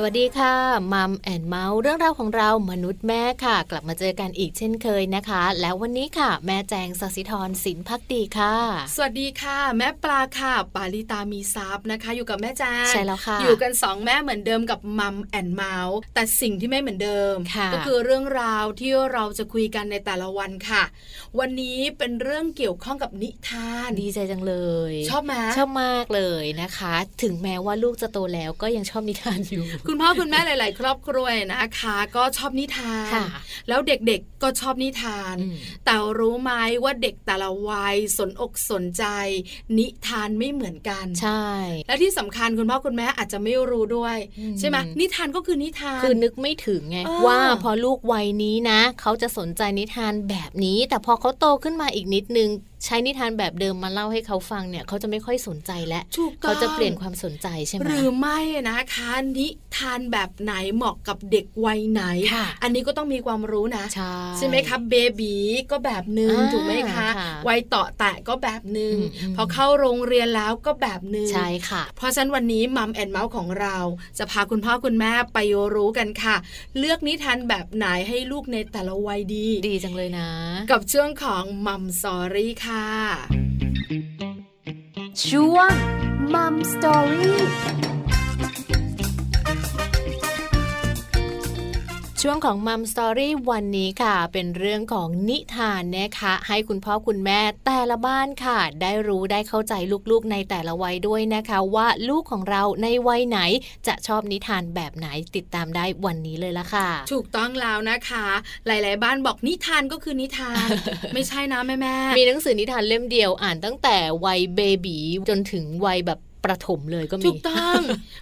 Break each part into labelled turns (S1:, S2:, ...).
S1: สวัสดีค่ะมัมแอนเมาส์เรื่องราวของเรามนุษย์แม่ค่ะ กลับมาเจอกันอีกเช่นเคยนะคะ แล้ววันนี้ค่ะ แม่แจงสศิธรสินพักดีค่ะ
S2: สวัสดีค่ะ แม่ปลาค่ะ ปาลิตามีซับนะคะ อยู่กับแม่แจ้ง
S1: ใช่แล้วค่ะ
S2: อยู่กันสองแม่เหมือนเดิมกับมัมแอนเมาส์แต่สิ่งที่ไม่เหมือนเดิม
S1: ค่ะ
S2: ก็คือเรื่องราวที่เราจะคุยกันในแต่ละวันค่ะ วันนี้เป็นเรื่องเกี่ยวข้องกับนิทาน
S1: ดีใจจังเลย
S2: ชอบไหม
S1: ชอบมากเลยนะคะ ถึงแม้ว่าลูกจะโตแล้วก็ยังชอบนิทานอยู่
S2: คุณพ่อคุณแม่หลาย ๆ ครอบครัวนะคะ ก็ชอบนิทาน
S1: ค่ะ
S2: แล้วเด็กๆก็ชอบนิทาน
S1: อืม
S2: แต่รู้ไหมว่าเด็กแต่ละวัยสนอกสนใจ นิทานไม่เหมือนกัน
S1: ใช่
S2: และที่สำคัญคุณพ่อคุณแม่อาจจะไม่รู้ด้วย
S1: อืม
S2: ใช่ไหมนิทานก็คือนิทาน
S1: คือนึกไม่ถึงไง
S2: เออ
S1: ว่าพอลูกวัยนี้นะ เขาจะสนใจนิทานแบบนี้ แต่พอเขาโตขึ้นมาอีกนิดนึง ใช้นิทานแบบเดิมมาเล่าให้เขาฟังเนี่ย เขาจะไม่ค่อยสนใจแล้ว
S2: ถูกต้อง
S1: เขาจะเปลี่ยนความสนใจใช่ไหม
S2: หรือไม่นะคะ นิทานแบบไหนเหมาะกับเด็กวัยไหน
S1: ค่ะ
S2: อันนี้ก็ต้องมีความรู้นะ
S1: ใช่
S2: ใช่ไหมคะเบบีก็แบบหนึง่ง
S1: อ่า
S2: ถูกไหมคะ
S1: ค่ะ
S2: วัยเต่อแตะก็แบบหนึง่ง
S1: อืมอืม
S2: พอเข้าโรงเรียนแล้วก็แบบหนึง่ง
S1: ใช่ค่ะ
S2: เพราะฉะนั้นวันนี้มัมแอนเมาส์ของเรา จะพาคุณพ่อคุณแม่ไปรู้กันค่ะ เลือกนิทานแบบไหนให้ลูกในแต่ละวัยดี
S1: ดีจังเลยนะ
S2: กับช่วงของมัมสอรี่ค่ะ
S3: ช่วงมัมสตอรี่
S1: ช่วงของมัมสตอรี่วันนี้ค่ะ เป็นเรื่องของนิทานนะคะ ให้คุณพ่อคุณแม่แต่ละบ้านค่ะ ได้รู้ได้เข้าใจลูกๆในแต่ละวัยด้วยนะคะ ว่าลูกของเราในวัยไหนจะชอบนิทานแบบไหนติดตามได้วันนี้เลยละค่ะ
S2: ถูกต้องแล้วนะคะ หลาย ๆ บ้านบอกนิทานก็คือนิทาน ไม่ใช่นะแม่แม่ๆ
S1: มีหนังสือนิทานเล่มเดียวอ่านตั้งแต่วัยเบบีจนถึงวัยแบบประถมเลยก็มี
S2: ถูกต้อง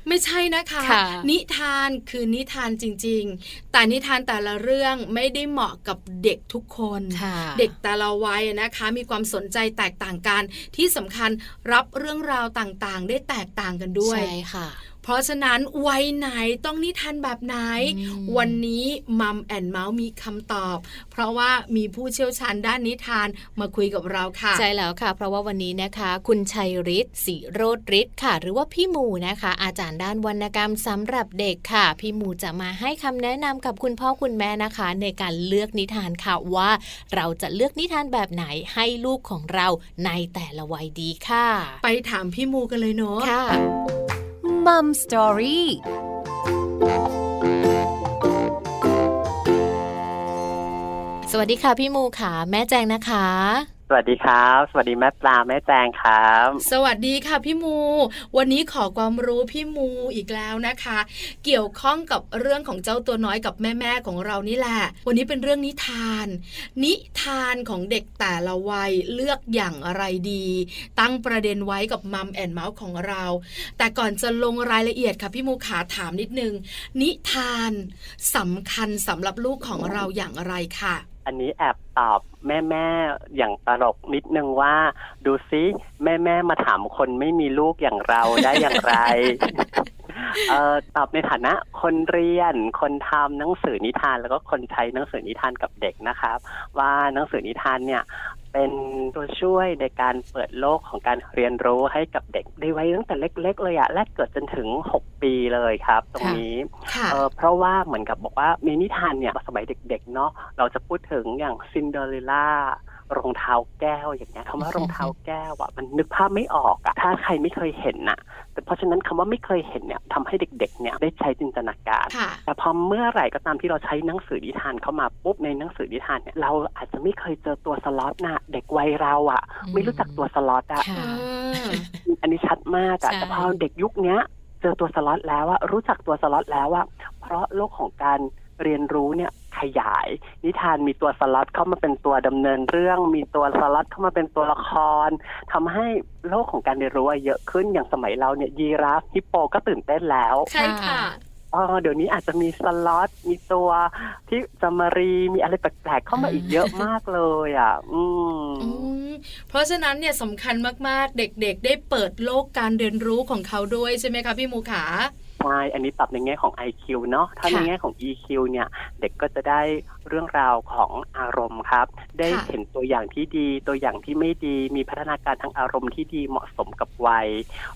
S2: ไม่ใช่นะคะ
S1: ค่ะ
S2: นิทานคือนิทานจริง ๆ แต่นิทานแต่ละเรื่องไม่ได้เหมาะกับเด็กทุกคน
S1: ค่ะ
S2: เด็กแต่ละวัยนะคะ มีความสนใจแตกต่างกัน ที่สำคัญรับเรื่องราวต่างๆ ได้แตกต่างกันด้วย
S1: ใช่ค่ะ
S2: เพราะฉะนั้นวัยไหนต้องนิทานแบบไหน
S1: อืม
S2: วันนี้มัมแอนเมาส์มีคำตอบ เพราะว่ามีผู้เชี่ยวชาญด้านนิทานมาคุยกับเราค่ะ
S1: ใช่แล้วค่ะ เพราะว่าวันนี้นะคะ คุณชัยฤทธิ์ศิโรธฤทธิ์ค่ะ หรือว่าพี่หมูนะคะ อาจารย์ด้านวรรณกรรมสำหรับเด็กค่ะ พี่หมูจะมาให้คำแนะนำกับคุณพ่อคุณแม่นะคะ ในการเลือกนิทานค่ะว่า เราจะเลือกนิทานแบบไหนให้ลูกของเราในแต่ละวัยดีค่ะ
S2: ไปถามพี่มูกันเลยเนาะ
S1: ค่ะ
S3: มัมสตอรี่
S1: สวัสดีค่ะพี่หมูค่ะ แม่แจงนะคะ
S4: สวัสดีครับ สวัสดีแม่ปลาแม่แจงครับ
S2: สวัสดีค่ะพี่มู วันนี้ขอความรู้พี่มูอีกแล้วนะคะ เกี่ยวข้องกับเรื่องของเจ้าตัวน้อยกับแม่ๆของเรานี่แหละ วันนี้เป็นเรื่องนิทาน นิทานของเด็กแต่ละวัยเลือกอย่างไรดี ตั้งประเด็นไว้กับมัมแอนเมาส์ของเรา แต่ก่อนจะลงรายละเอียดค่ะพี่มูขาถามนิดนึง นิทานสำคัญสำหรับลูกของเราอย่างไรค่ะ
S4: อันนี้แอบตอบแม่แม่ๆอย่างตลกนิดนึงว่า ดูซิแม่แม่ๆมาถามคนไม่มีลูกอย่างเราได้อย่างไร เอ่อตอบในฐานะคนเรียนคนทำหนังสือนิทานแล้วก็คนใช้หนังสือนิทานกับเด็กนะครับ ว่าหนังสือนิทานเนี่ย เป็นตัวช่วยในการเปิดโลกของการเรียนรู้ให้กับเด็กได้ไว้ตั้งแต่เล็ก ๆ เลยอะและเกิดจนถึงหกปีเลยครับ ตรง
S1: ค่ะ
S4: นี้
S2: ค่ะ
S4: เออเพราะว่าเหมือนกับบอกว่ามีนิทานเนี่ยสมัยเด็กๆเนาะเราจะพูดถึงอย่างซินเดอเรลล่ารองเท้าแก้วอย่างเงี้ยคำว่ารองเท้าแก้วอ่ะมันนึกภาพไม่ออกอ่ะถ้าใครไม่เคยเห็นน่ะ แต่เพราะฉะนั้นคำว่าไม่เคยเห็นเนี่ยทำให้เด็กๆเนี่ยได้ใช้จินตนาการ
S2: ค่ะ
S4: แต่พอเมื่อไหร่ก็ตามที่เราใช้หนังสือนิทานเข้ามาปุ๊บในหนังสือนิทานเนี่ยเราอาจจะไม่เคยเจอตัวสล็อตนะเด็กวัยเราอ่ะ ไม่รู้จักตัวสล็อตอ่ะ
S1: ค่ะ
S4: อันนี้ชัดมากอะ
S1: ใช่
S4: แต่พอเด็กยุคเนี้ย เจอตัวสล็อตแล้วอะรู้จักตัวสล็อตแล้วอะเพราะโลกของการเรียนรู้เนี่ยขยาย นิทานมีตัวสล็อตเข้ามาเป็นตัวดำเนินเรื่อง มีตัวสล็อตเข้ามาเป็นตัวละครทำให้โลกของการเรียนรู้อะเยอะขึ้นอย่างสมัยเราเนี่ยยีราฟฮิปโปก็ตื่นเต้นแล้ว
S2: ใช่ค่ะ
S4: เออเดี๋ยวนี้อาจจะมีสล็อตมีตัวที่จามารีมีอะไรแปลกๆเข้ามาอีกเยอะมากเลยอะอืม
S2: อืมเพราะฉะนั้นเนี่ยสำคัญมากๆ เด็กๆ ได้เปิดโลกการเรียนรู้ของเขาด้วยใช่ไหมคะพี่หมูขา
S4: โอ ช่ อันนี้ปรับในแง่ของ IQ เนาะถ้า
S1: ค่ะ
S4: ในแง่ของ EQ เนี่ย เด็กก็จะได้เรื่องราวของอารมณ์ครับ ได้
S1: ค่ะ
S4: เห็นตัวอย่างที่ดี ตัวอย่างที่ไม่ดี มีพัฒนาการทางอารมณ์ที่ดีเหมาะสมกับวัย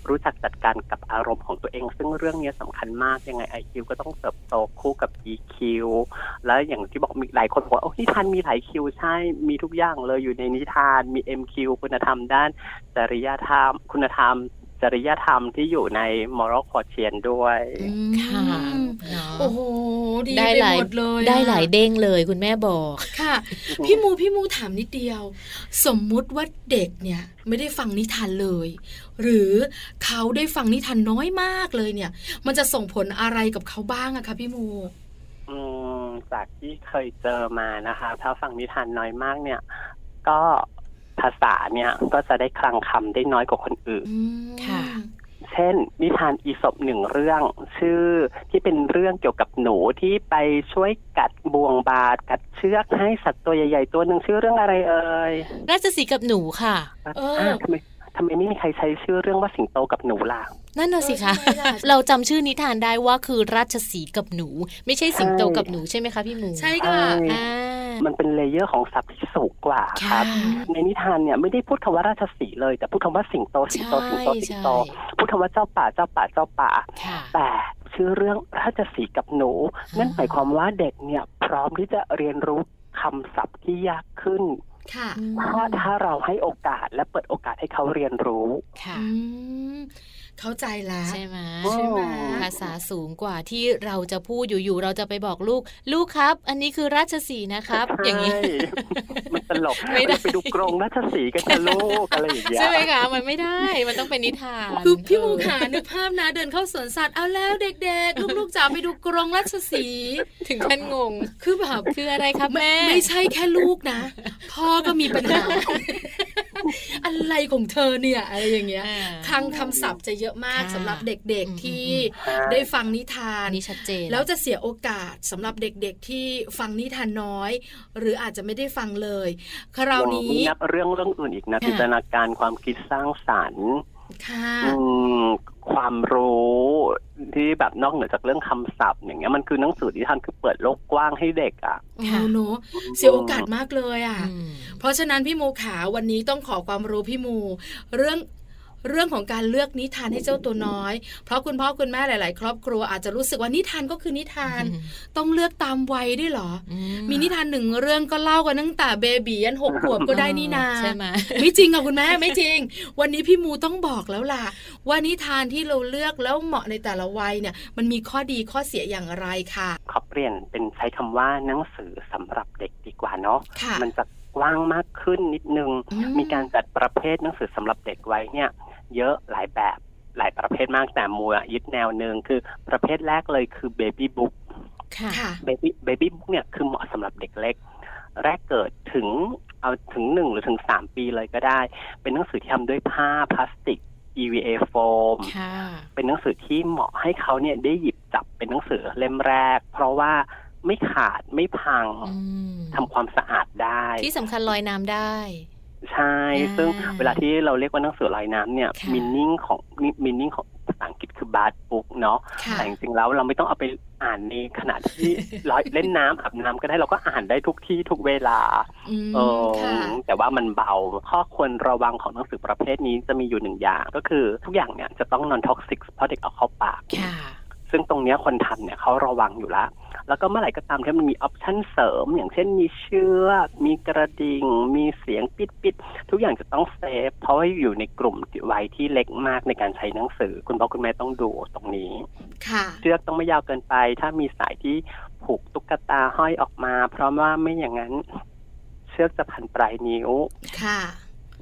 S4: รู้จักจัดการกับอารมณ์ของตัวเอง ซึ่งเรื่องเนี้ยสำคัญมาก ยังไง IQ ก็ต้องเติบโตคู่กับ EQ แล้วอย่างที่บอกมีหลายคนบอกว่าโอ้นิทานมีหลาย Q ใช่ มีทุกอย่างเลยอยู่ในนิทาน มี MQ คุณธรรมด้าน จริยธรรม คุณธรรม จริยธรรมที่อยู่ในมอรัลคอเชียนด้วย
S1: ค่ะเนาะ
S2: โอ้โหดี
S1: ได้
S2: ไป
S1: หลาย
S2: หมดเลย
S1: ได้
S2: อะ
S1: หลายเด้งเลยคุณแม่บอก
S2: ค่ะ พี่มูพี่มูถามนิดเดียว สมมุติว่าเด็กเนี่ยไม่ได้ฟังนิทานเลย หรือเขาได้ฟังนิทานน้อยมากเลยเนี่ย มันจะส่งผลอะไรกับเขาบ้างอะคะพี่มู
S4: อืมจากที่เคยเจอมานะคะ ถ้าฟังนิทานน้อยมากเนี่ย ก็ภาษาเนี่ยก็จะได้คลังคำได้น้อยกว่าคนอื่น
S2: อืม
S1: ค่ะ
S4: เช่น นิทานอีสบหนึ่งเรื่อง ชื่อที่เป็นเรื่องเกี่ยวกับหนูที่ไปช่วยกัดบ่วงบาดกัดเชือกให้สัตว์ตัวใหญ่ๆ ตัวหนึ่งชื่อเรื่องอะไรเอ่ย
S1: ราชสีห์กับหนูค่ะ
S2: เออ
S4: อ่าทำไมทำไมไม่มีใครใช้ชื่อเรื่องว่าสิงโตกับหนูล่ะ
S1: นั่นน่ะสิคะ
S2: เออทำไมล่
S1: เราจำชื่อนิทานได้ว่าคือราชสีห์กับหนู ไม่ใช่สิงโตกับหนูใช่ไหมคะพี่หมู
S2: ใช่ค่ะ
S4: ใช่
S1: อ่า
S4: มันเป็นเลเยอร์ของศัพท์ที่สูงกว่าค
S1: ค่ะ
S4: รับ ในนิทานเนี่ยไม่ได้พูดคำว่าราชสีห์เลย แต่พูดคำว่าสิงโตสิง
S1: ใช่
S4: โตสิงโตสิง
S1: ใช่
S4: โต พูดคำว่าเจ้าป่าเจ้าป่าเจ้าป่า
S1: ค่ะ
S4: แต่ชื่อเรื่องราชสีห์กับหนู
S1: อ่านั่
S4: นั่นหมายความว่าเด็กเนี่ยพร้อมที่จะเรียนรู้คำศัพท์ที่ยากขึ้น
S2: ค่ะ
S1: อืม
S4: ถ้าถ้าเราให้โอกาสและเปิดโอกาสให้เขาเรียนรู้
S1: ค่ะ
S2: อืมเข้าใจแล้ว
S1: ใช่ไหม
S2: ใช่ไหม
S1: ภาษาสูงกว่าที่เราจะพูดอยู่ๆเราจะไปบอกลูก ลูกครับ อันนี้คือราชสีห์นะครับ
S4: ใช่
S1: อย่างนี้
S4: มันตลก
S1: ไม่ได้
S4: เราไปดูกรงราชสีห์กันนะลูกอะไรอย่างเงี้ย
S1: ใช่ไหมคะ มันไม่ได้มันต้องเป็นนิทาน
S2: คือพี่มู
S1: เออ
S2: ขานึกภาพนะเดินเข้าสวนสัตว์เอาแล้วเด็กๆ ลูกๆจ๋าไปดูกรงราชสีห์
S1: ถึงขั้นงง
S2: คือแบบ
S1: คืออะไรครับแม่
S2: ไม่ใช่แค่ลูกนะ พ่อก็มีปัญหา อะไรของเธอเนี่ย อะไรอย่า งเงี้ยคลังคำศัพท์จะเยอะมาก
S1: ค่ะ
S2: สำหรับเด็ก
S1: อืม
S2: ๆที่
S4: อืม
S2: ได้ฟังนิทาน
S1: อันนี้ชัดเจน
S2: แล้วจะเสียโอกาสสำหรับเด็กๆที่ฟังนิทานน้อย หรืออาจจะไม่ได้ฟังเลยคราวนี้
S4: ยังไม่นับเรื่องเรื่องอื่นอีกนะ
S1: ค่ะ
S4: จินตนาการความคิดสร้างสรรค์
S2: ค่ะ
S4: อืมความรู้ที่แบบนอกเหนือจากเรื่องคำศัพท์ อย่างเงี้ยมันคือหนังสือที่ท่านคือเปิดโลกกว้างให้เด็กอ่ะ
S2: โอ้โหเนอะเสียโอกาสมากเลยอ่ะ
S1: อืม
S2: เพราะฉะนั้นพี่มูขาวันนี้ต้องขอความรู้พี่มูเรื่องเรื่องของการเลือกนิทานให้เจ้าตัวน้อย เพราะคุณพ่อคุณแม่หลาย ๆ ครอบครัวอาจจะรู้สึกว่านิทานก็คือนิทาน ต้องเลือกตามวัยด้วยเหรอ
S1: อื
S2: มีนิทานหนึ่งเรื่องก็เล่ากันตั้งแต่เบบียันหกขวบก็ได้นี่นา
S1: ใช่ไหม
S2: ไม่จริงค่ะคุณแม่ไม่จริง วันนี้พี่มูต้องบอกแล้วล่ะ ว่านิทานที่เราเลือกแล้วเหมาะในแต่ละวัยเนี่ย มันมีข้อดีข้อเสียอย่างไรค่ะ
S4: ขอเปลี่ยนเป็นใช้คำว่าหนังสือสำหรับเด็กดีกว่าเนาะ
S2: ค่ะ
S4: มันจะกว้างมากขึ้นนิดนึง
S2: อืม
S4: มีการจัดประเภทหนังสือสำหรับเด็กไว้เนี่ย เยอะหลายแบบหลายประเภทมากแต่หมัวยึดแนวหนึ่งคือประเภทแรกเลยคือเบบี้บุ๊ก
S1: ค่ะ
S2: ค่ะ
S4: เบบี้เบบี้บุ๊กเนี่ยคือเหมาะสำหรับเด็กเล็ก แรกเกิดถึงเอาถึงหนึ่งหรือถึงสามปีเลยก็ได้ เป็นหนังสือที่ทำด้วยผ้าพลาสติก EVA foam
S1: ค่ะ
S4: เป็นหนังสือที่เหมาะให้เขาเนี่ยได้หยิบจับเป็นหนังสือเล่มแรก เพราะว่าไม่ขาดไม่พัง
S1: อืม
S4: ทำความสะอาดได้
S1: ที่สำคัญลอยน้ำได้
S4: ใช่
S1: อ่า
S4: ซึ่งเวลาที่เราเรียกว่าหนังสือลอยน้ำเนี่ย
S1: ค่ะ
S4: มินนิ่งของมินนิ่งของภาษาอังกฤษคือบาร์บุ๊กเนาะ
S2: ค่ะ
S4: แต่จริงๆแล้วเราไม่ต้องเอาไปอ่านในขณะ ที่ เราเล่นน้ำอาบน้ำก็ได้เราก็อ่านได้ทุกที่ทุกเวลา
S2: อืม
S4: เออ
S2: ค่ะ
S4: แต่ว่ามันเบา ข้อควรระวังของหนังสือประเภทนี้จะมีอยู่หนึ่งอย่าง ก็คือทุกอย่างเนี่ยจะต้องนอนท็อกซิกเพราะเด็กเอาเข้าปาก
S1: ค่ะ
S4: ซึ่งตรงเนี้ยคนทำเนี่ยเขาระวังอยู่แล้ว แล้วก็เมื่อไหร่ก็ตามที่มันมีออปชันเสริม อย่างเช่นมีเชือกมีกระดิ่ง มีเสียงปิดปิดๆทุกอย่างจะต้องเซฟเพราะว่าอยู่ในกลุ่มวัยที่เล็กมากในการใช้หนังสือ คุณพ่อคุณแม่ต้องดูตรงนี้
S2: ค่ะ
S4: เชือกต้องไม่ยาวเกินไป ถ้ามีสายที่ผูกตุ๊กตาห้อยออกมา เพราะว่าไม่อย่างนั้น เชือกจะพันปลายนิ้ว
S2: ค่ะ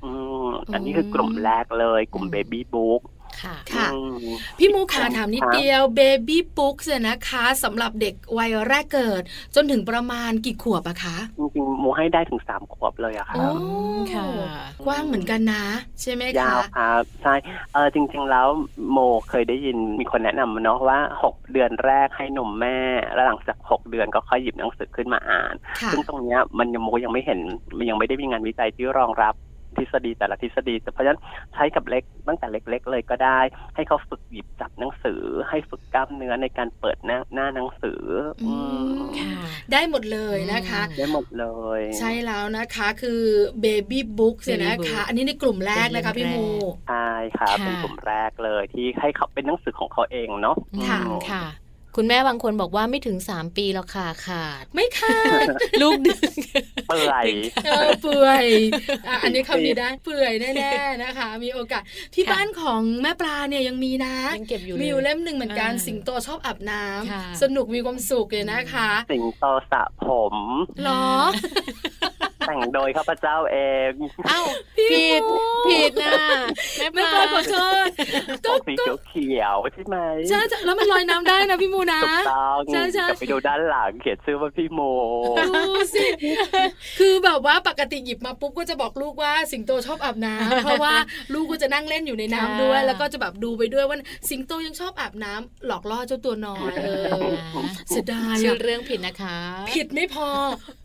S4: อืมอันนี้คือกลุ่มแรกเลย กลุ่ม
S1: อืม
S4: เบบี้บุ๊ก
S1: ค่ะ
S2: ค่ะ
S4: อืม
S2: พี่มูขา
S4: ครับ
S2: ถามนิดเดียวเบบี้ปุ๊กเนี่ยนะคะสำหรับเด็กวัยแรกเกิด จนถึงประมาณกี่ขวบอะคะ
S4: จริงๆหมูให้ได้ถึงสามขวบเลยอะค
S2: โอ้
S4: รับ
S1: ค่ะ
S2: กว้างเหมือนกันนะ ใช่ไหม
S4: ยา
S2: คะ
S4: วครับใช่เออจริง ๆ แล้วโมเคยได้ยินมีคนแนะนำมาเนาะว่าหกเดือนแรกให้นมแม่ แล้วหลังจากหกเดือนก็ค่อยหยิบหนังสือขึ้นมาอ่าน
S2: ค่ะ
S4: ซึ่งตรงเนี้ยมันยังโมยังไม่เห็นมันยังไม่ได้มีงานวิจัยที่รองรับ ทฤษฎีแต่ละทฤษฎีแต่เพราะฉะนั้นใช้กับเล็กตั้งแต่เล็ก ๆ เลยก็ได้ ให้เขาฝึกหยิบจับหนังสือ ให้ฝึกกล้ามเนื้อในการเปิดหน้าหน้าหนังสือ อืม
S2: อืม
S1: ค่ะ
S2: ได้หมดเลยนะคะ
S1: อืม
S4: ได้หมดเลย
S2: ใช่แล้วนะคะคือ Baby Book เนี่ยนะ
S1: Baby Book
S2: คะ อันนี้ในกลุ่มแรกนะคะ
S1: เป็น
S2: พี่
S1: เล่ม
S2: มู
S1: แร
S4: ใช่ครับเป็น
S1: ค่ะ
S4: กลุ่มแรกเลยที่ให้เขาเป็นหนังสือของเขาเองเนาะ
S1: อืม
S2: ค่ะ
S1: ค่ะ คุณแม่บางคนบอกว่าไม่ถึง 3 ปีแล้วค่ะขาด
S2: ไม่ค่ะ
S1: ลูกดึง
S4: เปื่อย
S2: เออเปื่อยอ่ะอันนี้คำนี้ได้เปื่อยแน่ๆนะคะ มีโอกาสที่
S1: ค่ะ
S2: บ้านของแม่ปลาเนี่ยยังมีนะ
S1: ยังเก็บอยู่
S2: มีอยู่
S1: เลย
S2: เล่มหนึ่งเหมือนกัน
S1: อ่า
S2: สิงโตชอบอาบน้ำ
S1: ค่ะ
S2: สนุกมีความสุขเลยนะคะ
S4: สิงโตสระผม
S2: หรอ
S4: แต่งโดยข้าพเจ้าเอง
S1: เอ้า
S2: พี่
S1: ผิด
S2: หมู
S1: ผิดนะ
S2: แม่ปลาขอโทษก็
S4: สี
S2: ก็
S4: เขียวๆใช่ไหม
S2: ใช่ๆแล้วมันลอยน้ำได้นะพี่มูนะ
S4: ถูกต้อง
S2: ใช่ใช่
S4: กลับไปดูด้านหลังเขียนชื่อว่าพี่โม
S2: ดูสิ คือแบบว่าปกติหยิบมาปุ๊บก็จะบอกลูกว่าสิงโตชอบอาบน้ำ เพราะว่าลูกก็จะนั่งเล่นอยู่ในน้ำด้วย แล้วก็จะแบบดูไปด้วยว่าสิงโตยังชอบอาบน้ำหลอกล่อเจ้าตัวน้อยเออเสียดาย
S1: ชื่อ
S2: อะ
S1: เรื่องผิดนะคะ
S2: ผิดไม่พอ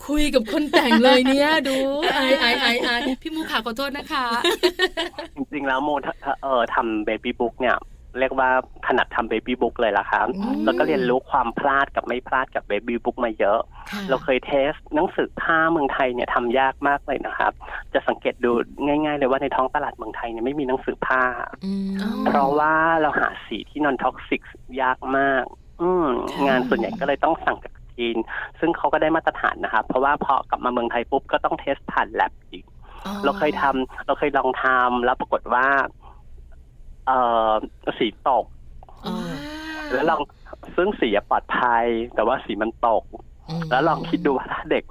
S2: คุยกับคนแต่งเลยเนี่ยดูไอไอไอไอายพี่มูขาขอโทษนะคะ
S4: จริงๆแล้วโมทะเออทำเบบี้บุ๊กเนี่ย เรียกว่าถนัดทำเบบี้บุ๊กเลยล่ะครับ
S1: อืม
S4: แล้วก็เรียนรู้ความพลาดกับไม่พลาดกับเบบี้บุ๊กมาเยอะ
S1: ค่ะ
S4: เราเคยเทสหนังสือผ้าเมืองไทยเนี่ยทำยากมากเลยนะครับ จะสังเกตดูง่ายๆเลยว่าในท้องตลาดเมืองไทยเนี่ยไม่มีหนังสือผ้า
S1: อืม
S2: อ๋อ
S4: เพราะว่าเราหาสีที่นอนท็อกซิกยากมาก อืม
S1: ค่ะ
S4: งานส่วนใหญ่ก็เลยต้องสั่งจากจีน ซึ่งเขาก็ได้มาตรฐานนะครับ เพราะว่าพอกลับมาเมืองไทยปุ๊บก็ต้องเทสผ่านแลบอีก
S1: อ๋อ
S4: เราเคยทำเราเคยลองทำแล้วปรากฏว่า เออสีตก
S1: อ๋อ
S4: แล้วลองซึ่งสีอะปลอดภัย แต่ว่าสีมันตก
S1: อืม
S4: แล้วลองคิดดูว่าถ้าเด็ก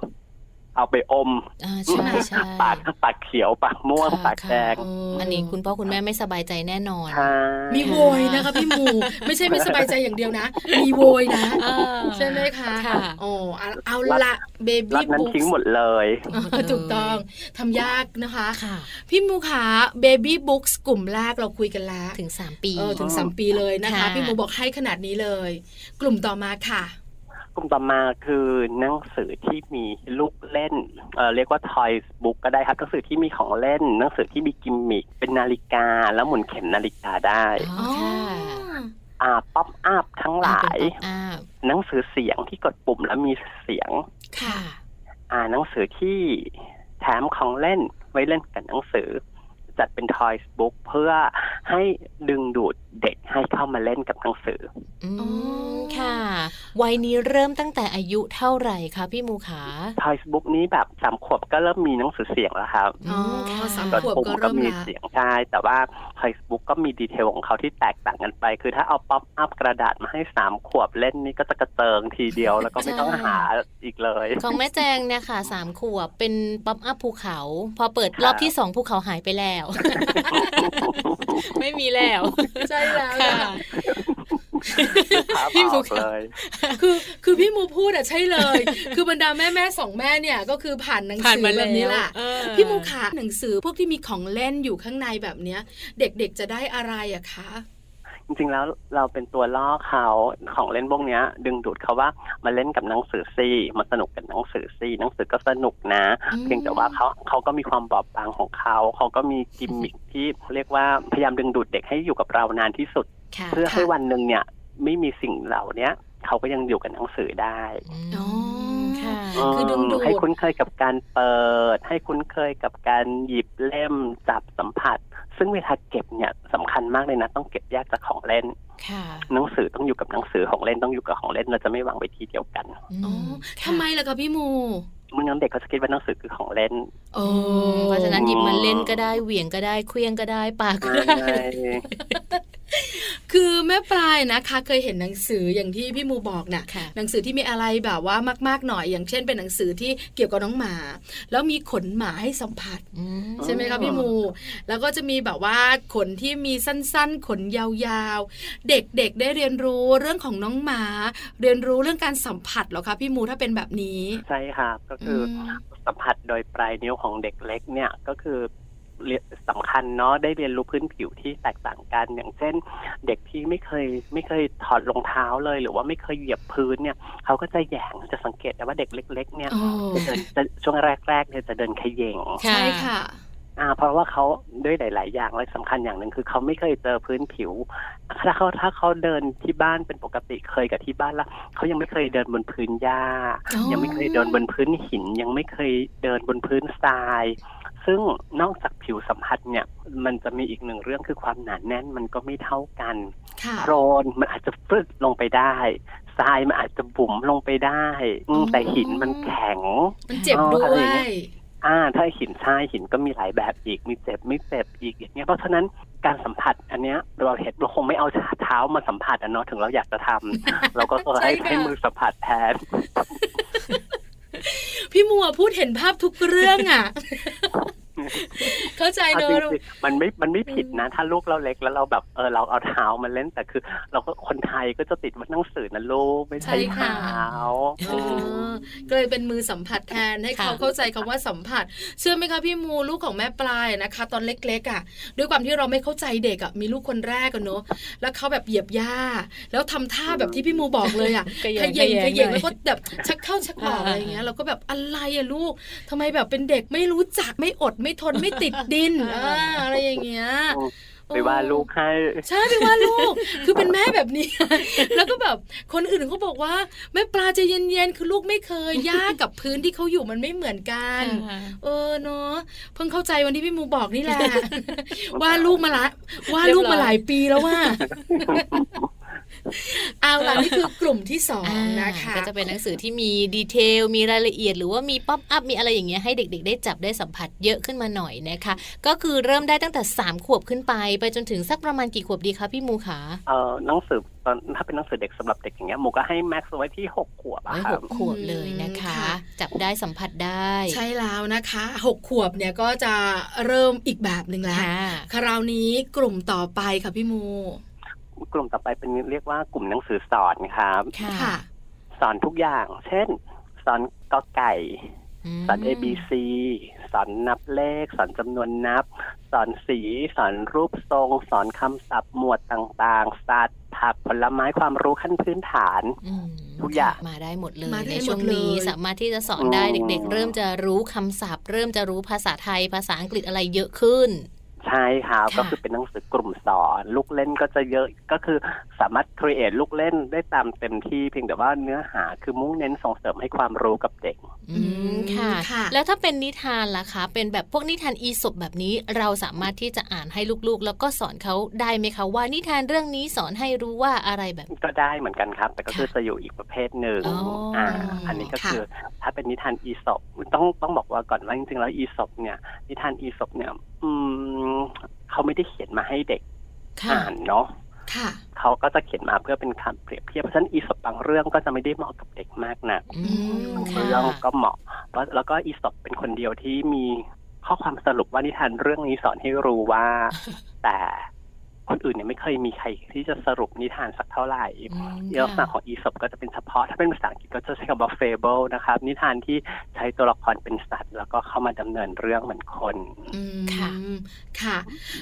S4: เอาไปอม
S1: อ่าใช่ใช่
S4: ปากปากเขียวปากม่วง
S1: ค่ะ
S4: ปาก
S1: ค่ะ
S4: แดง
S2: เอออั
S1: อันนี้คุณพ่อคุณแม่ไม่สบายใจแน่นอน
S4: ใช่
S2: มีโวยนะคะพี่มู ไม่ใช่ไม่สบายใจอย่างเดียวนะ มีโวยนะ
S1: เออ
S2: ใช่ไหมคะ
S1: ค่ะ
S2: โอ้เอาเอาละเบ
S4: รั
S2: บี้
S4: ดนั้น
S2: บุ๊ก
S4: ทิ้งหมดเลย
S2: ถูกต้องทำยากนะคะ
S1: ค่ะ
S2: พี่มูขาเบบี้บุ๊กกลุ่มแรกเราคุยกันแล้ว
S1: ถึง 3 ปี
S2: เออถึงสามปีเลยนะคะ
S1: ค่ะ
S2: พี่มูบอกให้ขนาดนี้เลย กลุ่มต่อมาค่ะ
S4: กลุ่มต่อมาคือหนังสือที่มีลูกเล่นเอ่อเรียกว่า toys book ก็ได้ครับหนังสือที่มีของเล่น หนังสือที่มีกิมมิคเป็นนาฬิกา แล้วหมุนเข็มนาฬิกาได้
S1: อ๋อค่ะ
S4: อ่าป๊อปอัพทั้งหลาย
S1: เป็นป๊อปอัพ
S4: หนังสือเสียงที่กดปุ่มแล้วมีเสียง
S1: ค่ะ
S4: อ่าหนังสือที่แถมของเล่นไว้เล่นกับหนังสือ จัดเป็น toys book เพื่อให้ดึงดูดเด็กให้เข้ามาเล่นกับหนังสือ
S1: อื
S2: อ๋
S1: ม
S2: อ
S1: ค่ะ วัยนี้เริ่มตั้งแต่อายุเท่าไหร่คะพี่มูขา
S4: toys book นี้แบบสามขวบก็เริ่มมีหนังสือเสียงแล้วครับ
S2: อ๋อ
S1: ค่ะ
S2: สาม
S4: ก
S2: ขวบ
S4: ปุ่ม
S2: ก็
S4: ก็
S2: เริ่ม
S4: มี
S2: ละ
S4: เสียงใช่แต่ว่า Facebook ก็มีดีเทลของเขาที่แตกต่างกันไป คือถ้าเอาป๊อปอัพกระดาษมาให้สามขวบเล่นนี่ก็จะกระเจิงทีเดียวแล้วก็ไม่ต้องหาอีกเลย
S1: ของแม่แจงเนี่ยค่ะสามขวบเป็นป๊อปอัพภูเขา พอเปิดรอบที่สองภูเขาหายไปแล้ว ไม่มีแล้ว
S2: ใช่แล้ว
S1: ค่ะ
S2: ค่ะ
S4: ภาพ
S1: พี่
S4: อ
S1: ภู
S4: อก
S1: เขา
S4: เลย
S2: คือคือพี่มูพูดอ่ะใช่เลย คือบรรดาแม่แม่ๆสองแม่เนี่ยก็คือผ่านหนังสือแบบนี้แหละ
S1: เออ
S2: พี่มูขาหนังสือพวกที่มีของเล่นอยู่ข้างในแบบเนี้ย เด็กๆจะได้อะไรอะคะ
S4: จริงๆแล้วเราเป็นตัวล่อเขาของเล่นพวกเนี้ย ดึงดูดเขาว่ามาเล่นกับหนังสือซี่มาสนุกกับหนังสือซี่หนังสือก็สนุกนะ
S2: อืม
S4: เพียงแต่ว่าเขาเขาก็มีความบอบบางของเขา เขาก็มีกิมมิคที่เรียกว่าพยายามดึงดูดเด็กให้อยู่กับเรานานที่สุด
S1: ค่ะ
S4: เพื่อให้
S2: ค่ะ
S4: วันหนึ่งเนี่ยไม่มีสิ่งเหล่าเนี้ยเขาก็ยังอยู่กับหนังสือได้
S1: ม
S2: อ๋อ
S1: ค่ะ
S2: คือดึงดูด
S4: ให้คุ้นเคยกับการเปิด ให้คุ้นเคยกับการหยิบเล่มจับสัมผัส ซึ่งเวลาเก็บเนี่ยสำคัญมากเลยนะ ต้องเก็บแยกจากของเล่น
S1: ค่ะ
S4: หนังสือต้องอยู่กับหนังสือของเล่นต้องอยู่กับของเล่นเราจะไม่วางไว้ที่เดียวกัน
S2: อ๋อ
S1: ม
S2: ทำไมล่ะคะพี่มู
S4: เมื่อนั้นเด็กเขาจะคิดว่าหนังสือคือของเล่น
S2: โอ้
S1: อืมเพราะฉะนั้นหยิบมาเล่นก็ได้เหวี่ยงก็ได้เคลี้ยงก็ได้ปากก็ได้
S2: คือแม่ปลายนะคะ เคยเห็นหนังสืออย่างที่พี่มูบอกน่ะ
S1: ค่ะ
S2: หนังสือที่มีอะไรแบบว่ามาก ๆ หน่อย อย่างเช่นเป็นหนังสือที่เกี่ยวกับน้องหมา แล้วมีขนหมาให้สัมผัส
S1: อืม
S2: ใช่ไหมคะพี่มู แล้วก็จะมีแบบว่าขนที่มีสั้นๆ ขนยาวๆ เด็กๆ ได้เรียนรู้เรื่องของน้องหมา เรียนรู้เรื่องการสัมผัสเหรอคะพี่มูถ้าเป็นแบบนี้
S4: ใช่ครับก็คืออ
S2: ม
S4: สัมผัสโดยปลายนิ้วของเด็กเล็กเนี่ยก็คือเรียนสำคัญเนาะได้เรียนรู้พื้นผิวที่แตกต่างกัน อย่างเช่น เด็กที่ไม่เคยไม่เคยถอดรองเท้าเลย หรือว่าไม่เคยเหยียบพื้นเนี่ยเขาก็จะแหยงจะสังเกตได้ว่าเด็กเล็ก ๆ เนี่ย
S2: โอ้
S4: จะเดินจะช่วงแรกๆเนี่ยจะเดินเขย e ง
S1: ค่ะ
S2: ใช่ค่ะ
S4: อ่าเพราะว่าเขาด้วยหลาย ๆ อย่างและสำคัญอย่างหนึ่งคือเขาไม่เคยเจอพื้นผิว ถ้าเขาถ้าเขาเดินที่บ้านเป็นปกติเคยกับที่บ้านละเขายังไม่เคยเดินบนพื้นหญ้า
S2: อ๋อ
S4: ยังไม่เคยเดินบนพื้นหิน ยังไม่เคยเดินบนพื้นทราย ซึ่งนอกจากผิวสัมผัสเนี่ย มันจะมีอีกหนึ่งเรื่องคือความหนาแน่นมันก็ไม่เท่ากัน
S2: ค่ะ
S4: โครนมันอาจจะฟึดลงไปได้ทรายมันอาจจะบุ๋มลงไปได้อืม
S2: อ๋อ
S4: แต่หินมันแข็ง
S2: มันเจ็บ
S4: อ๋อ
S2: ด้
S4: อะไร
S2: ว
S4: อย่างเงี้
S2: ย
S4: ย อ่า ถ้าหินทรายหินก็มีหลายแบบอีกมีเจ็บไม่เจ็บอีกอย่างเงี้ยเพราะฉะนั้นการสัมผัสอันเนี้ยเราเห็นเราคงไม่เอาเท้ามาสัมผัสอ่ะเนาะถึงเราอยากจะทำ เราก็ต้องให้
S2: ใช่ค่ะ
S4: ให้มือสัมผัสแทน
S2: พี่มัวพูดเห็นภาพทุกเรื่อง อ่ะ เข้าใจ
S4: เอา
S2: เน
S4: จริ
S2: อะ
S4: งๆมันไม่ มันไม่ผิดนะ ถ้าลูกเราเล็กแล้วเราแบบ เออ เราเอาเท้ามาเล่น แต่คือ เราก็คนไทยก็จะติดว่าหนังสือนะลูก ไม่ใช่
S2: ใช่ค่ะ
S4: เท้า
S2: อ๋
S4: อื
S2: อ
S4: ม
S2: ก็เลยเป็นมือสัมผัสแทนให้เขา
S1: ค่ะ
S2: เข้าใจคำว่าสัมผัส เชื่อไหมคะพี่มูลูกของแม่ปลายนะคะ ตอนเล็กๆอ่ะ ด้วยความที่เราไม่เข้าใจเด็กอ่ะมีลูกคนแรกกันเนอะแล้วเขาแบบเหยียบหญ้า แล้วทำท่าแบบที่พี่มูบอกเลยอ่ะ
S1: ข
S2: ข
S1: ยั
S2: ย
S1: น
S2: เยงขยง
S1: หน่อ
S2: แล้วก็แบบชักเข้าชักออก
S1: อ่า
S2: อะไรอย่างเงี้ยเราก็แบบอะไรอะลูกทำไมแบบเป็นเด็กไม่รู้จักไม่อดไม่ทนไม่ติดดินอ่าอะไรอย่างเงี้ย
S4: อืม ไปว่าลูกให้
S2: ใช่ไปว่าลูก คือเป็นแม่แบบนี้ แล้วก็แบบคนอื่นเขาบอกว่าแม่ปลาใจะเย็นๆคือลูกไม่เคยย่ากับพื้นที่เขาอยู่มันไม่เหมือนกัน
S1: อ่า
S2: เออเนาะเพิ่งเข้าใจวันที่พี่มูบอก นี่แหละ ว่าลูกมาละว่าลูกมาหลายปีแล้วว่า เอาล่ะนี่คือกลุ่มที่สอง
S1: อ่า
S2: นะคะ
S1: ก็จะเป็นหนังสือที่มีดีเทล มีรายละเอียด หรือว่ามีป๊อปอัพ มีอะไรอย่างเงี้ยให้เด็ก ๆ ได้จับได้สัมผัสเยอะขึ้นมาหน่อยนะคะ ก็คือเริ่มได้ตั้งแต่ 3 ขวบขึ้นไป ไปจนถึงสักประมาณกี่ขวบดีคะพี่มูขา
S4: เออหนังสือตอนถ้าเป็นหนังสือเด็กสำหรับเด็กอย่างเงี้ยหมูก็ให้แม็กซ์ไว้ที่หกขวบอะ
S1: ไว้
S4: ค
S1: ห
S4: รับ
S1: กขวบเลยนะคะ
S2: ค่ะ
S1: จับได้สัมผัสได้
S2: ใช่แล้วนะคะหกขวบเนี่ยก็จะเริ่มอีกแบบหนึ่งแล้ว
S1: ค่ะ
S2: คราวนี้กลุ่มต่อไปค่ะพี่มู
S4: กลุ่มต่อไปเป็นเรียกว่ากลุ่มหนังสือสอนครับ
S1: ค่ะ
S4: สอนทุกอย่าง เช่น สอนกอไก่ สอน A B C สอนนับเลข สอนจำนวนนับ สอนสี สอนรูปทรง สอนคำศัพท์หมวดต่างๆ สัตว์ผักผลไม้ความรู้ขั้นพื้นฐาน
S1: อืม
S4: ทุกอย่าง
S1: มาได้หมดเลย
S2: มาได้
S1: ใน
S2: หมด
S1: ช่วงนี้
S2: เลย
S1: สามารถที่จะสอน
S4: อืม
S1: ได้เด็ก ๆ เริ่มจะรู้คำศัพท์ เริ่มจะรู้ภาษาไทยภาษาอังกฤษอะไรเยอะขึ้น
S4: ใช่ครับ
S1: ค่ะ
S4: ก็คือเป็นหนังสือกลุ่มสอน ลูกเล่นก็จะเยอะก็คือสามารถ create ลูกเล่นได้ตามเต็มที่เพียงแต่ว่าเนื้อหาคือมุ่งเน้นส่งเสริมให้ความรู้กับเด็ก
S1: อืมค่ะ
S2: อืมค่ะ
S1: แล้วถ้าเป็นนิทานล่ะคะ เป็นแบบพวกนิทานอีสบแบบนี้ เราสามารถที่จะอ่านให้ลูกๆ แล้วก็สอนเขาได้ไหมคะว่านิทานเรื่องนี้สอนให้รู้ว่าอะไรแบบ
S4: ก็ได้เหมือนกันครับ แต่ก็คือ
S1: ค่ะ
S4: จะอยู่อีกประเภทหนึ่ง
S1: อ๋ออ่
S4: าอันนี้ก็
S2: ค่ะ
S4: คือถ้าเป็นนิทานอีสปต้องต้องบอกว่าก่อนว่าจริงๆแล้วอีสปเนี่ย นิทานอีสปเนี่ย อืมเขาไม่ได้เขียนมาให้เด็กอ่านเนาะ
S2: ค่ะ
S4: เขาก็จะเขียนมาเพื่อเป็นคำเปรียบเทียบเพราะฉะนั้นอีสปบางเรื่องก็จะไม่ได้เหมาะกับเด็กมากนะ
S1: อืม
S2: ค่ะ
S4: บางเรื่องก็เหมาะเพราะแล้วก็อีสปเป็นคนเดียวที่มีข้อความสรุปว่านิทานเรื่องนี้สอนให้รู้ว่า แต่คนอื่นเนี่ยไม่เคยมีใครที่จะสรุปนิทานสักเท่าไหร่
S1: อืม
S4: เยอะมากของอีสปก็จะเป็นเฉพาะ ถ้าเป็นภาษาอังกฤษก็จะใช้คำว่า fable นะครับ นิทานที่ใช้ตัวละครเป็นสัตว์ แล้วก็เข้ามาดำเนินเรื่องเหมือนคน
S2: อืม
S1: ค่ะ
S2: ค่ะ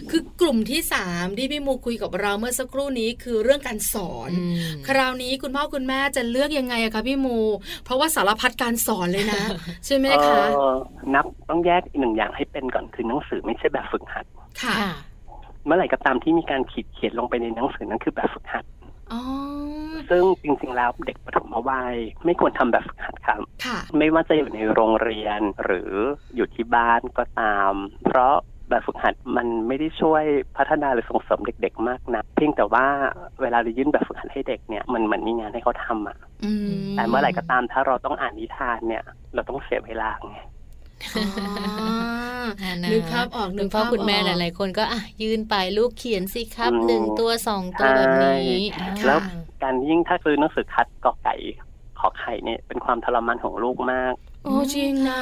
S2: คือกลุ่มที่สามที่พี่มูคุยกับเราเมื่อสักครู่นี้คือเรื่องการสอน
S1: อืม
S2: คราวนี้คุณพ่อคุณแม่จะเลือกยังไงอะคะพี่มู เพราะว่าสารพัดการสอนเลย นะ ใช่ไหม
S4: เอ
S2: คะ
S4: อนับต้องแยกอีกหนึ่งอย่างให้เป็นก่อนคือหนังสือไม่ใช่แบบฝึกหัด
S2: ค่ะ
S1: ค่ะ
S4: เมื่อไหร่ก็ตามที่มีการขีดเขียนลงไปในหนังสือนั้นคือแบบฝึกหัด
S2: อ๋อ
S4: ซึ่งจริงๆ แล้วเด็กปฐมวัยไม่ควรทำแบบฝึกหัดครับ
S2: ค่ะ
S4: ไม่ว่าจะอยู่ในโรงเรียนหรืออยู่ที่บ้านก็ตาม เพราะแบบฝึกหัดมันไม่ได้ช่วยพัฒนาหรือส่งเสริมเด็ก ๆ มากนะเพียงแต่ว่าเวลาเรายื่นแบบฝึกหัดให้เด็กเนี่ยมันเหมือนมีงานให้เขาทำอะ
S2: อืม
S4: แต่เมื่อไหร่ก็ตามถ้าเราต้องอ่านนิทานเนี่ย เราต้องเสียเวลาไง
S2: อ๋อ
S1: อ่านะ
S2: นึกภาพออกนึ
S1: คุ
S2: ก
S1: ณพ่อ
S2: ภาพ
S1: คุณแม่
S2: ออก
S1: หลายๆคนก็อ่ะยืนไปลูกเขียนสิครับ
S4: อืม
S1: หนึ่งตัวสองตัวแบบนี้
S4: ใช่
S1: อ่า
S4: แล้ว การยิ่งถ้าคือหนังสือคัดกอไก่ขอไข่เนี่ยเป็นความทรมานของลูกมาก
S2: โอ้จริงนะ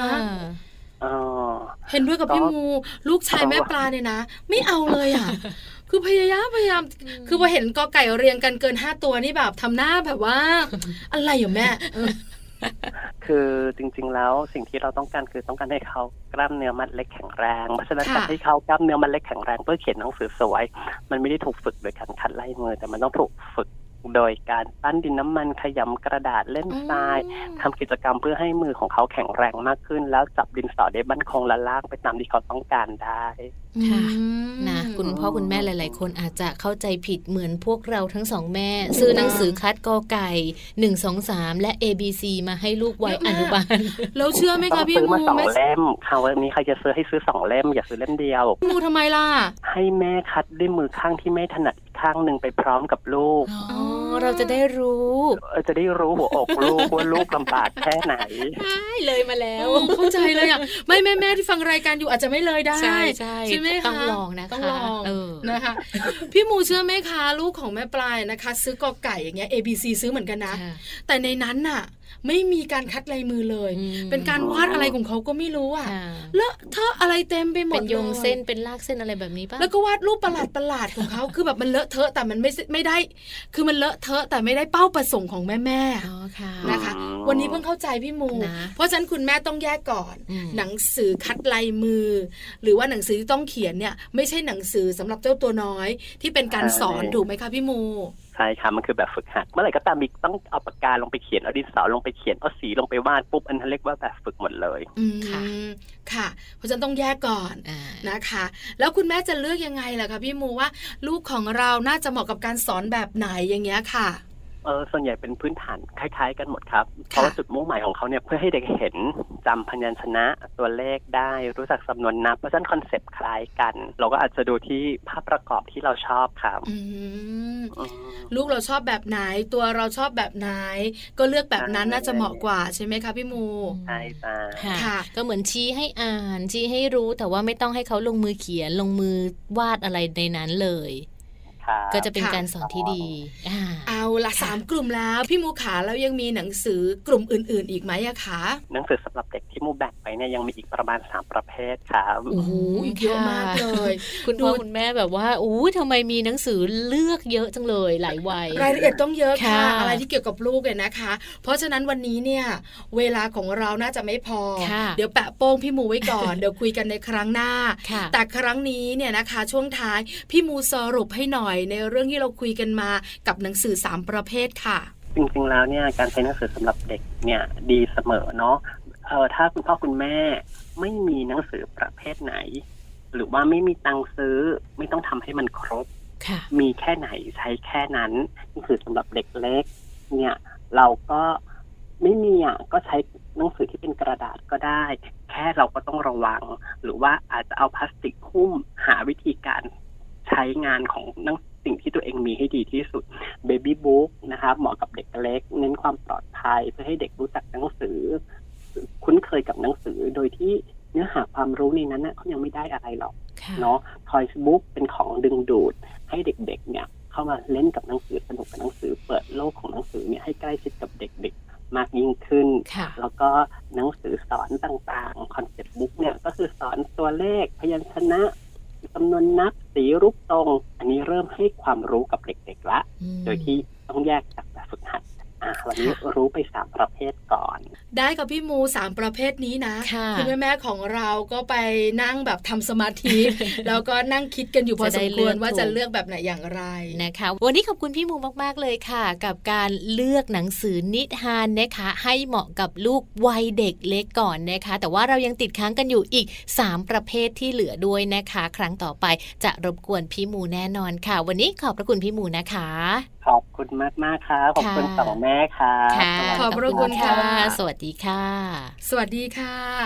S4: เออ
S2: เห็นด้วยกับ
S4: ก็
S2: พี่มูลูกชาย
S4: ก็
S2: แม่ปลาเนี่ยนะ ไม่เอาเลยอ่ะ คือพยายามพยายาม คือพอเห็นกอไก่เรียงกันเกินห้าตัวนี่แบบทำหน้าแบบว่า อะไรอยู่แม่เออ
S4: คือจริงๆแล้วสิ่งที่เราต้องการคือต้องการให้เขากล้ามเนื้อมัดเล็กแข็งแรงเพราะฉะนั้นการให้เขากล้ามเนื้อมัดเล็กแข็งแรงเพื่อเขียนหนังสือสวย มันไม่ได้ถูกฝึกโดยการคัดลายมือแต่มันต้องถูกฝึก โดยการปั้นดินน้ำมันขยำกระดาษเล่นทรายทำกิจกรรมเพื่อให้มือของเขาแข็งแรงมากขึ้น แล้วจับดินสอได้บั้นคงและลากไปตามที่เขาต้องการได้
S1: ค่ะ
S2: อืม
S1: นะคุณพ่อคุณแม่หลายๆ คนอาจจะเข้าใจผิดเหมือนพวกเราทั้งสองแม่ ซื้อหนังสือคัดกอไก่หนึ่งสองสามและ A B C มาให้ลูกวัย
S2: เย
S1: อ
S2: อะมาก
S1: นุบาล
S2: แล้วเชื่อไหม
S4: ต้
S2: คะ
S4: อง
S2: พี่
S4: ซื้อ
S2: มู
S4: มาสอง
S2: แม่
S4: เล่มคราวนี้ใครจะซื้อให้ซื้อสองเล่ม อย่าซื้อเล่มเดียว
S2: มูทำไมล่ะ
S4: ให้แม่คัดด้วยมือข้างที่ไม่ถนัดอีกข้างหนึ่งไปพร้อมกับลูก
S1: อ๋อ เราจะได้รู้
S4: เออจะได้รู้หัวอกลูก ว่าลูกลำบากแค่ไหน
S1: ได้เลยมาแล้ว
S2: โอ้เข้าใจเลยอ่ะไม่แม่แม่ที่ฟังรายการอยู่อาจจะไม่เลยได้
S1: ใช่ใช่
S2: ไหมคะ
S1: ต้องลองนะคะ
S2: ต้องลอง
S1: เออ
S2: นะคะพี่หมูเชื่อไหมคะ ลูกของแม่ปลายนะคะ ซื้อกอไก่อย่างเงี้ย A B C ซื้อเหมือนกันนะ
S1: ค่ะ
S2: แต่ในนั้นน่ะ ไม่มีการคัดลายมือเลย
S1: อืม
S2: เป็นการวาดอะไรของเขาก็ไม่รู้อ่ะ
S1: ค่ะ
S2: เลอะเทอะอะไรเต็มไปหม
S1: เป็
S2: ด
S1: น
S2: ล
S1: โยงเส้นเป็นลากเส้นอะไรแบบนี้ป่ะ
S2: แล้วก็วาดรูปประหลาดประหลาดๆของเขา คือแบบมันเลอะเทอะแต่มันไม่ไม่ได้ คือมันเลอะเทอะแต่ไม่ได้เป้าประสงค์ของแม่แม่ๆ
S1: อ๋อค่ะ
S2: นะคะ
S4: อืม
S2: วันนี้เพิ่งเข้าใจพี่มู
S1: นะ
S2: เพราะฉะนั้นคุณแม่ต้องแยกก่อน
S1: อืม
S2: หนังสือคัดลายมือ หรือว่าหนังสือที่ต้องเขียนเนี่ย ไม่ใช่หนังสือสำหรับเจ้าตัวน้อย ที่เป็นการ
S4: ใช่
S2: สอนถูกไหมคะพี่มู
S4: ใช่ค่ะมันคือแบบฝึกหัด เมื่อไหร่ก็ตามมีต้องเอาปากกาลงไปเขียนเอาดินสอลงไปเขียนเอาสีลงไปวาดปุ๊บอันนั้นเรียกว่าแบบฝึกหมดเลย
S2: อืม
S1: ค่ะ
S2: ค่ะ เพราะฉะนั้นต้องแยกก่อน
S1: อ่า
S2: นะคะ แล้วคุณแม่จะเลือกยังไงล่ะคะพี่มูว่า ลูกของเราน่าจะเหมาะกับการสอนแบบไหนอย่างเงี้ยค่ะ
S4: เออส่วนใหญ่เป็นพื้นฐานคล้ายๆ กันหมดครับ เพราะว่าจุดมุ่งหมายของเขาเนี่ยเพื่อให้เด็กเห็นจำพยัญชนะตัวเลขได้รู้จักสำนวนนับเพราะฉะนั้นคอนเซปต์คล้ายกัน เราก็อาจจะดูที่ภาพประกอบที่เราชอบครับ
S2: อืม
S4: อืม
S2: ลูกเราชอบแบบไหน ตัวเราชอบแบบไหน ก็เลือกแบบนั้นน่าจะเหมาะกว่าใช่ไหมคะพี่มู
S4: ใช่จ้า
S1: ค่ะ
S2: ค่ะ
S1: ก็เหมือนชี้ให้อ่านชี้ให้รู้แต่ว่าไม่ต้องให้เขาลงมือเขียนลงมือวาดอะไรในนั้นเลย
S4: ครับ
S1: ก็จะเป็น
S2: ค่ะ
S1: การสอนที่ดีอ่า
S2: เอาละ
S1: ค่ะ
S2: สามกลุ่มแล้ว พี่มูขาแล้วยังมีหนังสือกลุ่มอื่น ๆ อีกไหมอะคะ
S4: หนังสือสำหรับเด็กที่มูแบ่งไปเนี่ยยังมีอีกประมาณ 3 ประเภทครับ
S1: โอ้โห
S2: อีกเยอะมากเลย
S1: คุณ
S2: ดู
S1: พ่อคุณแม่แบบว่าอู้ทำไมมีหนังสือเลือกเยอะจังเลยหลายวัย
S2: รายละเอียดต้องเยอะค่ะ
S1: ค่ะ
S2: อะไรที่เกี่ยวกับลูกเนี่ยนะคะ เพราะฉะนั้นวันนี้เนี่ย เวลาของเราน่าจะไม่พอ
S1: ค่ะ
S2: เดี๋ยวแปะโป้งพี่มูไว้ก่อน เดี๋ยวคุยกันในครั้งหน้า
S1: ค่ะ
S2: แต่ครั้งนี้เนี่ยนะคะ ช่วงท้ายพี่มูสรุปให้หน่อยในเรื่องที่เราคุยกันมากับหนังสือสามประเภทค่ะ
S4: จริงๆแล้วเนี่ยการใช้หนังสือสำหรับเด็กเนี่ยดีเสมอเนาะเออถ้าคุณพ่อคุณแม่ไม่มีหนังสือประเภทไหน หรือว่าไม่มีตังค์ซื้อไม่ต้องทำให้มันครบ
S1: ค่ะ
S4: มีแค่ไหนใช้แค่นั้นหนังสือสำหรับเด็กเล็ก เนี่ย เราก็ไม่มีอ่ะก็ใช้หนังสือที่เป็นกระดาษก็ได้ แค่เราก็ต้องระวัง หรือว่าอาจจะเอาพลาสติกหุ้มหาวิธีการใช้งานของหนังสิ่งที่ตัวเองมีให้ดีที่สุดเบบี้บุ๊กนะคะเหมาะกับเด็กเล็ก เน้นความปลอดภัยเพื่อให้เด็กรู้จักหนังสือ คุ้นเคยกับหนังสือโดยที่เนื้อหาความรู้ในนั้นน่ะเขายังไม่ได้อะไรหรอก
S1: ค่ะ
S4: เนาะ Toys Book เป็นของดึงดูด ให้เด็กๆ เนี่ย เข้ามาเล่นกับหนังสือสนุกกับหนังสือ เปิดโลกของหนังสือเนี่ยให้ใกล้ชิดกับเด็กๆ มากยิ่งขึ้น
S1: ค่ะ
S4: แล้วก็หนังสือสอนต่างๆ คอนเซ็ปต์บุ๊กเนี่ยก็คือสอนตัวเลขพยัญชนะจำนวนนับสีรูปทรง อันนี้เริ่มให้ความรู้กับเด็กๆละ
S1: อืม
S4: โดยที่ต้องแยกจากแบบฝึกหัดอ่ะวันนี้รู้ไปสามประเภทก่อน
S2: ได้กับพี่มูสามประเภทนี้นะ
S1: ค่ะ
S2: ณแม่แม่ๆของเราก็ไปนั่งแบบทำสมาธิ แล้วก็นั่งคิดกันอยู่พอ
S1: จะ
S2: ส
S1: ได้
S2: มควร
S1: เลือก
S2: ว่า
S1: ถูก
S2: จะเลือกแบบไหนอย่างไร
S1: นะคะ วันนี้ขอบคุณพี่มูมาก ๆ เลยค่ะ กับการเลือกหนังสือนิทานนะคะ ให้เหมาะกับลูกวัยเด็กเล็กก่อนนะคะ แต่ว่าเรายังติดค้างกันอยู่อีก 3 ประเภทที่เหลือด้วยนะคะ ครั้งต่อไปจะรบกวนพี่มูแน่นอนค่ะ วันนี้ขอบพระคุณพี่มูนะคะ
S4: ขอบคุณมากๆครับขอบคุณ
S1: ค่ะ
S4: สองแม่ครับ
S1: ค่ะ
S4: สวัสดี
S2: ขอบพระคุณค่ะ
S1: สวัสดีค่ะ
S2: สวัสดีค่ะ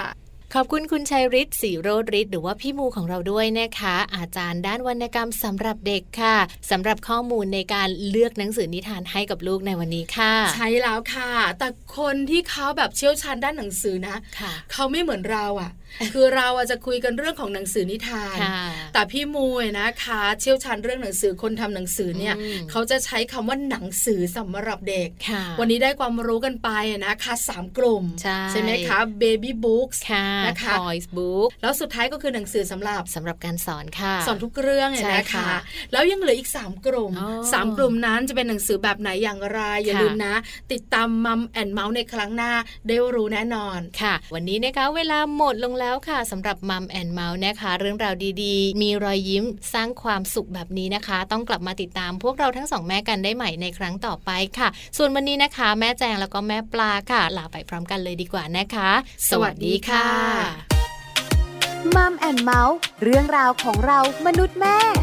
S1: ขอบคุณคุณชัยฤทธิ์ศรีโรดฤทธิ์หรือว่าพี่มูของเราด้วยนะคะ อาจารย์ด้านวรรณกรรมสำหรับเด็กค่ะสำหรับข้อมูลในการเลือกหนังสือนิทานให้กับลูกในวันนี้ค่ะ
S2: ใช้แล้วค่ะ แต่คนที่เขาแบบเชี่ยวชาญด้านหนังสือนะ
S1: ค่ะ
S2: เขาไม่เหมือนเรา อ่ะ คือเราอะจะคุยกันเรื่องของหนังสือนิทาน
S1: ค่ะ
S2: แต่พี่มูเนี่ยนะคะ เชี่ยวชาญเรื่องหนังสือคนทำหนังสือเนี่ย
S1: อืม
S2: เขาจะใช้คำว่าหนังสือสำหรับเด็ก
S1: ค่ะ
S2: วันนี้ได้ความรู้กันไปนะคะสามกลุ่ม
S1: ใช่
S2: ไหมคะ Baby Books
S1: ค่ะ
S2: นะคะ
S1: คอยส์บุ๊ก
S2: แล้วสุดท้ายก็คือหนังสือสำหรับ
S1: สำหรับการสอนค่ะ
S2: สอนทุกเรื่องเนี่ย
S1: ใช่
S2: นะ
S1: ค่ะ
S2: คะ แล้วยังเหลืออีก 3 กลุ่ม
S1: อ๋อ
S2: 3 กลุ่มนั้นจะเป็นหนังสือแบบไหนอย่างไร อย่า
S1: ค่ะ
S2: ลืมนะ ติดตามมัมแอนเมาส์ในครั้งหน้าได้รู้แน่นอน
S1: ค่ะ วันนี้นะคะเวลาหมดลง แล้วค่ะสำหรับมัมแอนเมาส์นะคะ เรื่องราวดีๆ มีรอยยิ้มสร้างความสุขแบบนี้นะคะ ต้องกลับมาติดตามพวกเราทั้งสองแม่กันได้ใหม่ในครั้งต่อไปค่ะ ส่วนวันนี้นะคะ แม่แจงแล้วก็แม่ปลาค่ะ ลาไปพร้อมกันเลยดีกว่านะคะ สวัสดีค่ะ
S3: มัมแอนเมาส์เรื่องราวของเรามนุษย์แม่